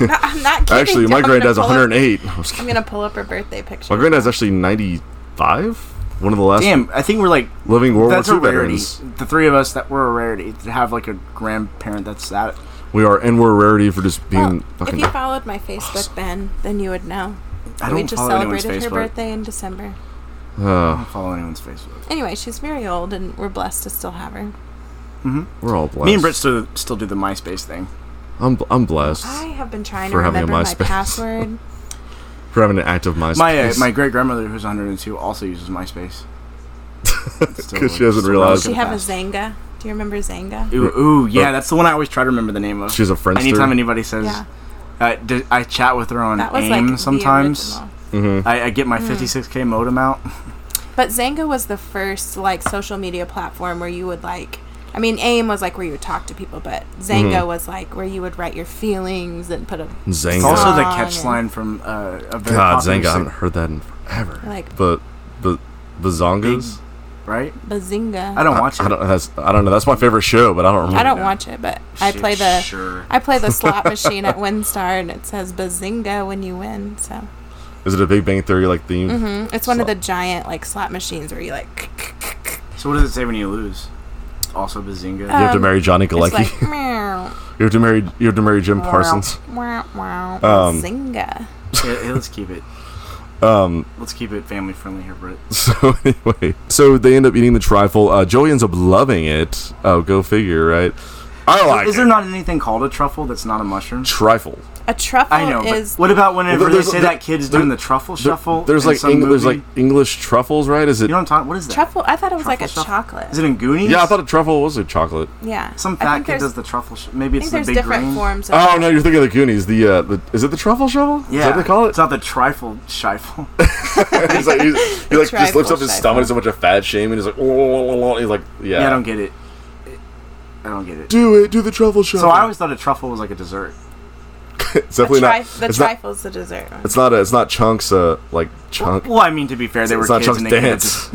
S3: No, I'm not kidding.
S1: actually
S3: dude.
S1: my
S3: I'm
S1: granddad's
S3: gonna pull up-
S1: 108 I was
S3: I'm
S1: kidding.
S3: gonna pull up her birthday picture.
S1: my granddad's actually 95 one of the last
S2: Damn, I think we're like
S1: living world
S2: that's
S1: war
S2: a
S1: ii
S2: rarity.
S1: veterans
S2: The three of us that were a rarity to have like a grandparent that's that.
S1: we are and we're a rarity for just
S3: Well,
S1: being
S3: if
S1: fucking
S3: you followed my Facebook, Ben, then you would know.
S2: I don't
S3: we just
S2: follow anyone's
S3: celebrated her
S2: Facebook.
S3: birthday in December.
S2: I
S1: uh,
S2: don't follow anyone's Facebook.
S3: Anyway, she's very old, and we're blessed to still have her.
S1: we're all blessed
S2: Me and Britt still, still do the MySpace thing.
S1: i'm, I'm blessed
S3: I have been trying
S1: For
S3: to
S1: having a
S3: remember my
S1: MySpace.
S3: password.
S1: for having an active myspace
S2: My uh, my great grandmother, who's 102, also uses MySpace. It's still-
S1: 'Cause she hasn't
S2: still
S1: realized
S2: relevant
S3: She
S2: to
S3: have a
S2: the past.
S3: Zanga. Do you remember Zanga?
S2: Ooh, ooh, yeah, that's the one I always try to remember the name of.
S1: she's a friendster
S2: Anytime anybody says
S3: Yeah.
S2: I, d- I chat with her on
S3: That was
S2: AIM
S3: like the
S2: sometimes.
S3: original. Hmm.
S1: Mm-hmm.
S2: I, I get my 56k modem out.
S3: But Zanga was the first like social media platform where you would like I mean AIM was like where you would talk to people, but Zanga
S2: Mm-hmm.
S3: was like where you would write your feelings and put a
S1: Zanga.
S2: Also, the
S3: Song
S2: catch
S3: and-
S2: line from uh, a very
S1: God, Zanga.
S2: popular
S1: I
S2: sing-
S1: haven't heard that in forever.
S3: like
S1: But, but, bazongas.
S2: right?
S3: bazinga.
S2: I don't watch
S1: I
S2: it.
S1: don't. That's, I don't know. That's my favorite show, but I don't remember.
S3: I don't
S2: Yeah.
S3: watch it, but I play
S2: Shit,
S3: the
S2: Sure.
S3: I play the slot machine at WinStar and it says bazinga when you win. So
S1: Is it a Big Bang Theory like theme?
S3: Mhm. it's one of the
S1: Slot.
S3: giant like slot machines where you like
S2: So, what does it say when you lose? Also, Bazinga.
S1: You have to
S3: Um,
S1: marry Johnny
S3: it's
S1: Galecki.
S3: like meow,
S1: you have to marry. You have to marry
S2: Oh,
S1: Jim Parsons.
S3: wow, wow,
S1: Um,
S3: bazinga.
S2: Yeah, yeah, let's keep it.
S1: Um,
S2: Let's keep it family friendly here, Britt.
S1: So anyway, so they end up eating the trifle. Uh, Joey ends up loving it. Oh, go figure, right? Oh, I like
S2: Is
S1: it.
S2: there not anything called a truffle that's not a mushroom?
S1: trifle.
S3: A truffle
S2: I know.
S3: is
S2: but what about whenever
S1: Well,
S2: they
S1: there's-
S2: say
S1: there-
S2: that kid's
S1: there-
S2: doing the truffle
S1: There-
S2: shuffle?
S1: there's
S2: in
S1: like
S2: some
S1: Eng- there's
S2: movie?
S1: like English truffles, right? Is
S2: You
S1: it?
S2: know what I'm talking? What is that?
S3: truffle. I thought it was like a
S2: Truffle shuffle?
S3: chocolate.
S2: Is it in Goonies?
S1: Yeah, I thought a truffle was a chocolate.
S3: yeah.
S2: some
S3: I
S2: fat
S3: think
S2: kid
S3: there's-
S2: does the truffle. Sh- maybe
S3: I
S2: it's
S3: think
S2: the
S3: there's
S2: big
S3: different
S2: green.
S3: forms. Of
S1: Oh no, you're thinking of the Goonies. The uh, the, is it the truffle shovel?
S2: Yeah,
S1: is that what they call it?
S2: It's not the trifle shifle.
S1: he's like, he's, he like just
S3: trifle
S1: lifts up his
S3: shovel.
S1: stomach so much of fat shame, and he's like, oh, oh, oh, oh," he's like, yeah,
S2: yeah, I don't get it. I don't get it.
S1: do it, do the truffle shovel.
S2: So I always thought a truffle was like a dessert.
S1: it's
S3: the,
S1: definitely
S3: tri-
S1: not.
S3: the
S1: it's not.
S3: trifle's the dessert. one.
S1: It's not. A, it's not chunks. Uh, like chunk.
S2: Well, I mean to be fair, they
S1: It's
S2: were
S1: not
S2: kids
S1: just
S2: and they could have
S1: dance.
S2: just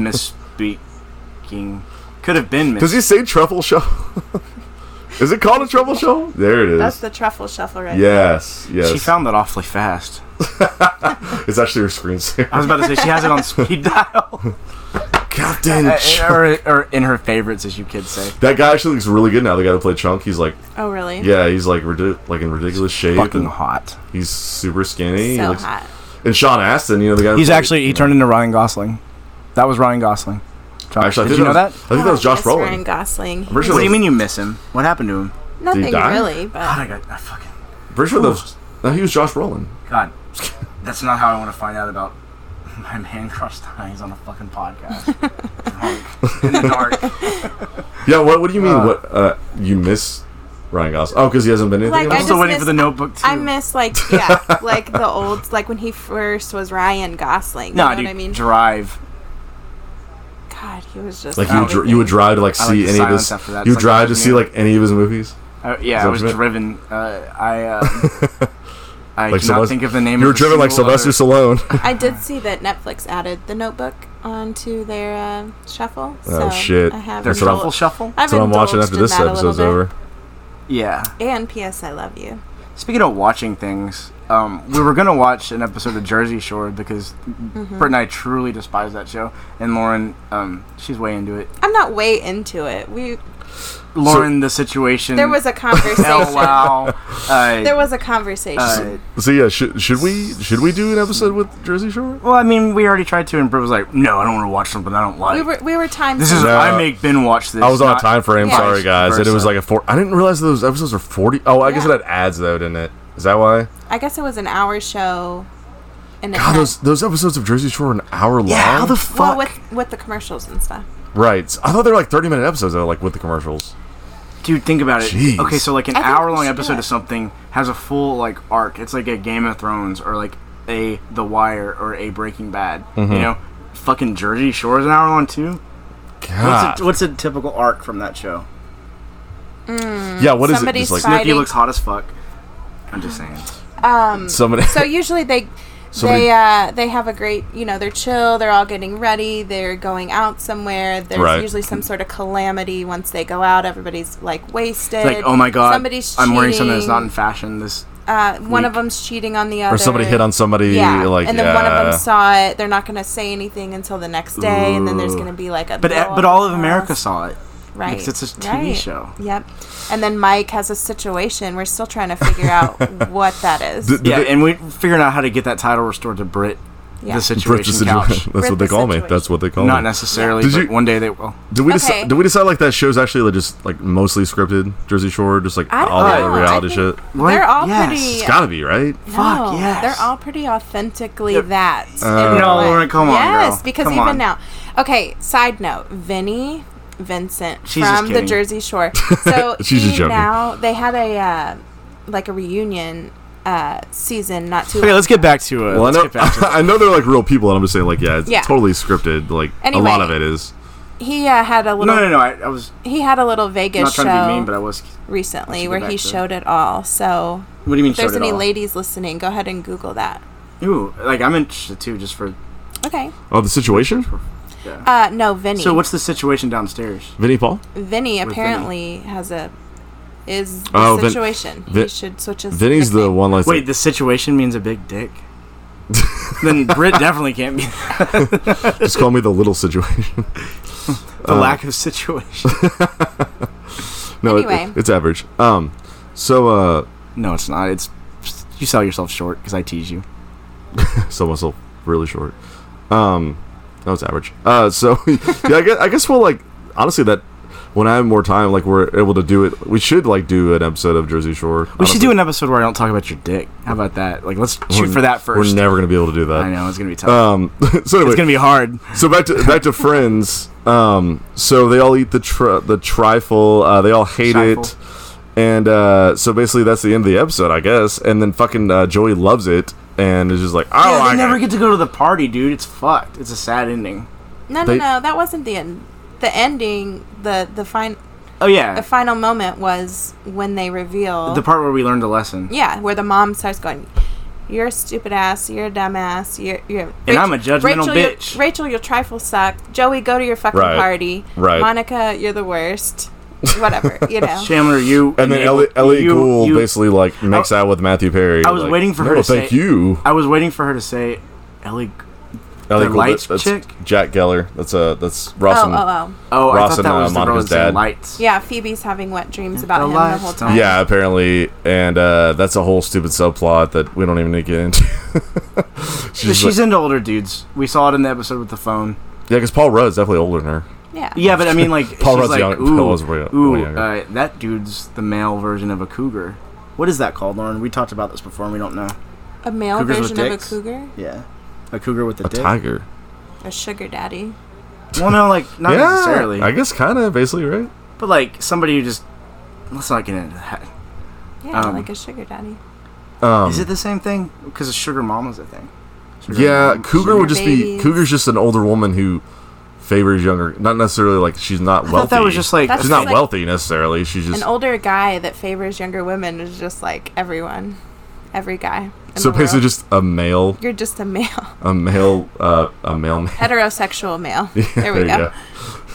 S2: misspeaking. Could have been
S1: Does
S2: mis.
S1: he say truffle shovel? Is it called a truffle shovel? There it is.
S3: That's the truffle shuffle, right?
S1: Yes, yes.
S2: She found that awfully fast.
S1: it's actually her screensaver.
S2: I was about to say she has it on speed dial,
S1: God dang
S2: Uh,
S1: it, Chunk.
S2: or, or in her favorites, as you kids say.
S1: That guy actually looks really good now. The guy that played Chunk, he's like,
S3: Oh, really?
S1: yeah, he's like, ridic- like in ridiculous shape.
S2: Fucking
S1: and
S2: hot.
S1: he's super skinny. he
S3: So
S1: looks-
S3: hot.
S1: And Sean Astin, you know, the guy. that
S2: He's
S1: played-
S2: actually he turned into Ryan Gosling. That was Ryan Gosling. Josh,
S1: Actually, I
S2: did
S1: think
S2: you know that?
S1: was- I think that was
S3: Oh,
S1: Josh
S3: yes, Ryan
S1: Brolin. I'm
S3: Gosling.
S1: pretty sure
S2: What do
S1: that
S2: you
S1: was-
S2: mean you miss him? What happened to him?
S1: Did he
S3: Nothing
S1: die?
S3: really,
S2: God,
S3: but
S2: I got I fucking
S1: I'm pretty sure that was. No, he was Josh Brolin.
S2: God. That's not how I want to find out about my man crush dying on a fucking podcast. Drunk. In the dark.
S1: Yeah. What? What do you mean?
S2: Uh.
S1: what? Uh, you miss Ryan Gosling? Oh, because he hasn't been anything.
S3: Like,
S2: I'm
S3: I
S1: else?
S2: still
S3: just
S2: waiting for
S3: miss-
S2: the notebook too.
S3: I miss like yeah, like the old like when he first was Ryan Gosling. You
S2: no,
S3: know
S2: dude,
S3: what I mean?
S2: drive.
S3: God, he was just
S1: like you, would
S2: Oh.
S1: dr- you would drive to like
S2: I like
S1: see
S2: the
S1: any of
S2: silence
S1: his.
S2: after that.
S1: You
S2: It's like
S1: drive to
S2: watching
S1: see
S2: it.
S1: like any of his movies.
S2: I, Uh, yeah,
S1: that
S2: I
S1: what
S2: was
S1: you meant?
S2: driven. Uh, I uh, I
S1: Like
S2: do not
S1: Sylvester-
S2: think of the name.
S1: You were
S2: of a
S1: driven like
S2: single
S1: Sylvester
S2: other-
S1: Stallone.
S3: I did see that Netflix added The Notebook onto their uh, shuffle.
S1: Oh,
S3: so
S1: shit.
S3: I have
S2: Their
S1: That's what I'm-
S2: truffle shuffle.
S3: I've
S1: That's what I'm watching
S3: indulged
S1: after
S3: in
S1: this
S3: that a little
S1: episode's
S3: bit.
S1: over.
S2: Yeah.
S3: And P.S. I love you.
S2: Speaking of watching things, um, we were gonna watch an episode of Jersey Shore because
S3: Mm-hmm.
S2: Britt and I truly despise that show, and Lauren, um, she's way into it.
S3: I'm not way into it. We
S2: Lauren, the situation.
S3: there was a
S2: oh
S3: conversation.
S2: wow. Uh,
S3: there was a conversation.
S2: uh,
S1: So yeah, should should we should we do an episode with Jersey Shore?
S2: well, I mean, we already tried to, and Britt was like, "No, I don't want to watch something I don't like."
S3: we were we were time.
S2: this is
S1: No.
S2: I make Ben watch this.
S1: I was on a
S2: not-
S1: time frame.
S3: Yeah.
S1: Sorry guys, and it was
S2: Versa.
S1: like a four. I didn't realize those episodes are forty. Oh, I guess it
S3: Yeah.
S1: had ads though, didn't it? Is that why?
S3: I guess it was an hour show. And it
S1: God,
S3: had-
S1: those those episodes of Jersey Shore are an hour long.
S2: Yeah, how the fuck?
S3: well with with the commercials and stuff.
S1: right. So I thought they were like thirty minute episodes though, like with the commercials.
S2: Dude, think about it.
S1: Jeez.
S2: Okay, so like an
S3: I think
S2: hour long
S3: we should.
S2: episode of something has a full like arc. It's like a Game of Thrones or like a The Wire or a Breaking Bad. You know, fucking Jersey Shore is an hour long too.
S1: God.
S3: Ah.
S2: What's, a, what's a typical arc from that show?
S1: yeah. What is it?
S3: Somebody's
S1: Just like
S3: fi-
S2: Snooki
S3: Fighting.
S2: looks hot as fuck. I'm just saying.
S3: Um,
S1: somebody.
S3: so usually they
S1: Somebody-
S3: they uh, they have a great you know they're chill they're all getting ready they're going out somewhere there's
S1: Right.
S3: usually some sort of calamity once they go out everybody's like wasted
S2: Like, oh my god,
S3: somebody's
S2: I'm wearing something that's
S3: cheating.
S2: not in fashion. This
S3: uh, one
S2: weak.
S3: of them's cheating on the other
S1: or somebody hit on somebody.
S3: yeah
S1: Like
S3: and then one of
S1: yeah.
S3: them saw it they're not going to say anything until the next day and then there's
S2: Ooh.
S3: going to be like a
S2: but uh,
S3: blow
S2: but
S3: up
S2: all of
S3: in the
S2: America
S3: house.
S2: saw it.
S3: right
S2: because it's a TV
S3: right.
S2: show.
S3: yep and then Mike has a situation we're still trying to figure out what that is
S1: Did- did
S2: Yeah,
S1: they-
S2: and we're figuring out how to get that title restored to Brit.
S3: yeah.
S2: The
S1: Brit the
S2: situation
S1: situa-
S2: couch.
S1: That's what
S3: Brit
S1: they
S3: the
S1: call me.
S3: situation.
S1: That's what they call
S2: Not
S1: me.
S2: necessarily,
S1: Did
S2: but
S1: you-
S2: one day they will.
S1: Do we decide?
S3: Okay.
S1: Do we decide like that show's actually like, just like mostly scripted? Jersey Shore, just like
S3: I don't
S1: all
S3: know.
S1: the
S3: I
S1: reality shit.
S3: think-
S2: What?
S3: They're all
S2: Yes.
S3: pretty.
S1: It's gotta be right.
S2: Fuck,
S3: no,
S2: yes.
S3: They're all pretty authentically
S2: Yeah.
S3: that.
S1: Uh,
S3: in
S1: No,
S3: real
S2: Lauren,
S3: life.
S2: come on,
S3: Yes,
S2: girl.
S3: because
S2: Come
S3: even
S2: on.
S3: now. Okay, side note. Vinny Vincent
S2: She's just
S3: from the
S2: kidding.
S3: Jersey Shore. So
S1: She's just
S3: he
S1: joking.
S3: now they had a uh, like a reunion uh, season not too
S2: Okay,
S3: long
S2: let's get back to uh,
S1: Well, I
S2: let's
S1: know,
S2: get back to
S1: I know they're like real people, and I'm just saying, like, yeah, it's
S3: Yeah.
S1: totally scripted. Like, a
S3: Anyway.
S1: lot of it is.
S3: he uh, had a
S2: No,
S3: little
S2: no, no. I, I was
S3: he had a little
S2: not
S3: Vegas
S2: trying to be mean, but I
S3: show
S2: was.
S3: recently
S2: should
S3: where
S2: go
S3: he
S2: back to-
S3: showed it all. So
S2: What do you mean?
S3: if there's
S2: showed it
S3: any
S2: all?
S3: ladies listening, go ahead and Google that.
S2: Ooh, like I'm interested too, just for.
S3: Okay.
S1: Oh, the situation?
S2: Yeah.
S3: Uh, no, Vinny.
S2: so what's the situation downstairs?
S1: Vinnie Paul?
S3: Vinny
S2: Vinny?
S3: apparently has a is the
S1: Oh, Vin-
S3: situation.
S1: Vin-
S3: he should switch his.
S1: Vinny's the
S3: nickname.
S1: one that's
S2: Wait,
S1: like,
S2: the situation means a big dick. then Brit definitely can't be
S1: just call me the little situation.
S2: the lack of situation.
S1: no, it-
S3: Anyway.
S1: it, it's average. Um, so, uh,
S2: No, it's not. It's you sell yourself short because I tease you.
S1: sell myself really short. Um, that was average. Uh, so yeah, I guess, I guess we'll like honestly that when I have more time, like we're able to do it. We should like do an episode of Jersey Shore.
S2: We should do an episode where I don't talk about your dick. How about that? Like, let's shoot for that
S1: We're
S2: first.
S1: never gonna be able to do that.
S2: I know it's gonna be tough.
S1: Um, so anyway,
S2: it's gonna be hard.
S1: so back to back to Friends. Um, so they all eat the tr- the trifle. Uh, they all hate it. And uh, so basically, that's the end of the episode, I guess. And then fucking uh, Joey loves it and is just like, oh, I
S2: Yeah,
S1: don't
S2: they
S1: like
S2: never
S1: it.
S2: get to go to the party, dude. It's fucked. It's a sad ending.
S3: No, no,
S1: They-
S3: no. That wasn't the end. The ending, the the final
S2: Oh yeah,
S3: the final moment was when they reveal
S2: the part where we learned a lesson.
S3: Yeah, where the mom starts going, "You're a stupid ass. You're a dumb ass. You're you're."
S2: And I'm a judgmental
S3: Rachel, your-
S2: bitch."
S3: Rachel, your trifle suck. Joey, go to your fucking
S1: Right.
S3: party.
S1: Right.
S3: Monica, you're the worst. Whatever, you know.
S2: Chandler, you
S1: And then
S2: enable-
S1: Ellie, Ellie
S2: you-
S1: Gould
S2: you-
S1: basically like makes out with Matthew Perry.
S2: I was
S1: like,
S2: waiting for her
S1: "No,
S2: to
S1: thank
S2: say-
S1: you.
S2: I was waiting for her to say, Ellie.
S1: Ellie Gould,
S2: lights
S1: that's
S2: chick?
S1: Jack Geller. That's uh, that's
S3: Oh,
S1: Ross and-
S3: oh, oh.
S2: Oh,
S1: Ross
S2: I thought
S1: and,
S2: that
S1: uh,
S2: was the
S1: Monica's
S2: Rose and
S1: dad.
S2: Lights.
S3: Yeah, Phoebe's having wet dreams about
S2: The
S3: him the
S2: lights
S3: whole
S2: don't-
S3: time.
S1: Yeah, apparently, and uh, that's a whole stupid subplot that we don't even need to get into.
S2: She's,
S1: she's like,
S2: into older dudes. We saw it in the episode with the phone.
S1: yeah, because Paul Rudd's definitely older than her.
S3: yeah.
S2: Yeah, but I mean, like,
S1: Paul
S2: she's
S1: Rudd's
S2: like,
S1: young-
S2: ooh,
S1: Paul was way- way
S2: ooh
S1: younger.
S2: uh, that dude's the male version of a cougar. What is that called, Lauren? We talked about this before, and we don't know.
S3: A male
S2: Cougars with
S3: version of a
S2: dicks?
S3: cougar,
S2: Yeah, a cougar with a,
S1: A
S2: dick.
S1: tiger.
S3: a sugar daddy.
S2: Well, no, like not
S1: yeah,
S2: necessarily,
S1: I guess kind of basically right.
S2: but like somebody who just. Let's not get into that. Is
S3: Yeah,
S2: Um,
S3: like a sugar daddy.
S1: Um,
S2: it the same thing? Because a sugar mom is a thing. Sugar
S1: yeah,
S2: mom-
S1: cougar
S2: sugar-
S1: would just be
S3: babies.
S1: cougar's just an older woman who favors younger. Not necessarily like she's not
S2: I
S1: wealthy.
S2: thought that was just like
S3: That's
S1: she's
S3: just
S1: not
S3: like-
S1: wealthy necessarily. She's just
S3: An older guy that favors younger women is just like everyone, every guy. in
S1: so
S3: the world.
S1: basically just a male,
S3: you're just a male,
S1: a male, uh, a male man.
S3: heterosexual male. there we
S1: you
S3: go.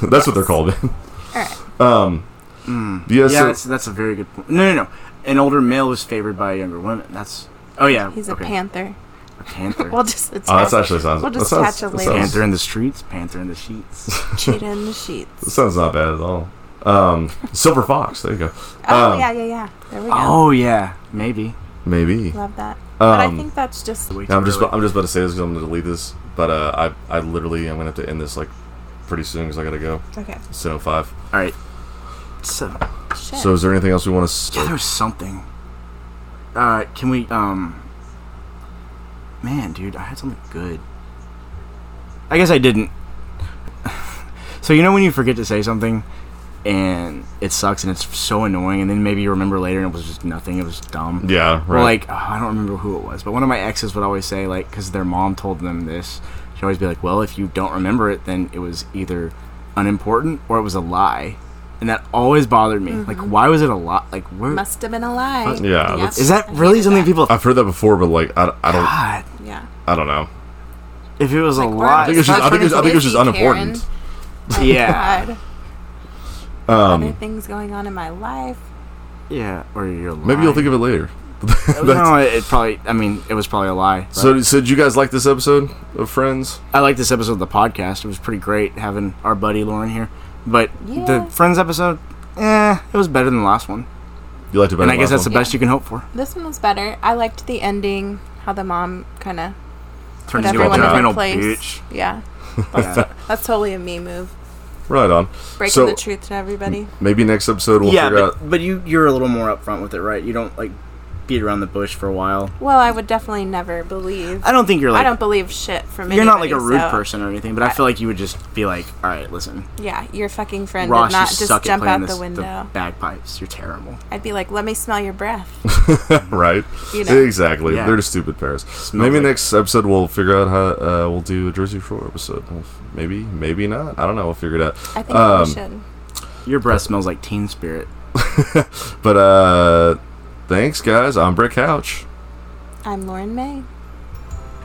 S1: go. That's what they're called.
S3: All right.
S1: um, yeah,
S2: Mm. yeah,
S1: so-
S2: that's, that's a very good point. No, no, no. An older male is favored by a younger woman. That's oh yeah.
S3: He's a
S2: okay.
S3: panther.
S2: A panther.
S3: We'll just attach,
S1: Oh, that's actually sounds.
S3: we'll
S1: that
S3: just
S1: sounds-
S3: attach a
S1: that
S3: label.
S1: sounds-
S2: panther in the streets. Panther in the sheets.
S3: cheetah in the sheets.
S1: That sounds not bad at all. Um, Silver Fox. There you go.
S3: Oh
S1: Um,
S3: yeah, yeah, yeah. There we go.
S2: oh yeah, maybe.
S1: Maybe.
S3: Love that. but I
S1: um,
S3: think that's just
S2: Way too
S1: I'm just.
S2: early.
S1: I'm just about to say this because I'm going to delete this. But uh, I. I literally. I'm going to have to end this like pretty soon because I got to go.
S3: okay.
S1: It's 10:05.
S2: All right. So
S3: Shit.
S1: So is there anything else we want to?
S2: yeah, there's something. Uh, can we? Um. Man, dude, I had something good. I guess I didn't. so you know when you forget to say something, and it sucks, and it's so annoying, and then maybe you remember later, and it was just nothing. It was dumb.
S1: Yeah. Right.
S2: Or like, oh, I don't remember who it was, but one of my exes would always say, like, because their mom told them this, she'd always be like, well, if you don't remember it, then it was either unimportant or it was a lie. And that always bothered me. Like, why was it a lie? Like, where.
S3: Mm-hmm. must have been a lie.
S1: Yeah, that's-
S2: is that
S3: I
S2: really
S3: hated
S2: something
S3: that.
S2: people.
S1: I've heard that before, but like I, I don't.
S2: God.
S3: Yeah.
S1: I don't know.
S2: If it was a
S3: Like, we're
S2: lie.
S1: I think it's
S2: it's
S1: just. I
S2: not
S1: think it's. I think it's just
S3: Karen.
S1: unimportant.
S3: Oh,
S2: Yeah.
S3: God. Other
S1: Um.
S3: things going on in my life.
S2: funny- Yeah, or you're lying.
S1: Maybe you'll think of it later.
S2: No, it, it probably. I mean, it was probably a lie. but-
S1: So, so did you guys like this episode of Friends?
S2: I like this episode of the podcast. It was pretty great having our buddy Lauren here. But
S3: Yeah.
S2: the Friends episode, eh, it was better than the last one.
S1: You liked it better.
S2: and I
S1: than last
S2: guess that's the
S1: one?
S2: best you can hope for.
S3: This one was better. I liked the ending. How the mom kind of
S2: Turns
S3: put everyone in their
S2: judgmental
S3: place. Yeah.
S2: bitch.
S3: That's totally a me move.
S1: Right on.
S3: Breaking
S1: so
S3: the truth to everybody.
S1: maybe next episode we'll
S2: yeah,
S1: figure out.
S2: but, but you you're a little more upfront with it, right? You don't like beat around the bush for a while.
S3: Well, I would definitely never believe.
S2: I don't think you're like
S3: I don't believe shit from
S2: you're not like a
S3: anybody,
S2: rude
S3: so-
S2: person or anything, but I feel like you would just be like, all right, listen,
S3: Yeah, your fucking friend
S2: Ross,
S3: did not
S2: you
S3: just
S2: suck
S3: jump
S2: at playing
S3: out
S2: this,
S3: the window.
S2: bagpipes. You're terrible.
S3: I'd be like, let me smell your breath.
S1: right?
S3: You know.
S1: Exactly.
S2: Yeah.
S1: They're just stupid pairs. maybe
S2: like-
S1: next episode we'll figure out how uh, we'll do a Jersey Shore episode. We'll f- Maybe, maybe not. I don't know. We'll figure it out.
S3: I think
S1: Um,
S3: we should.
S2: Your breath smells like Teen Spirit.
S1: But uh, thanks, guys. I'm Brick Couch.
S3: I'm Lauren May.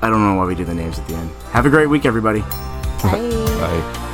S2: I don't know why we do the names at the end. Have a great week, everybody.
S3: Bye.
S1: Bye.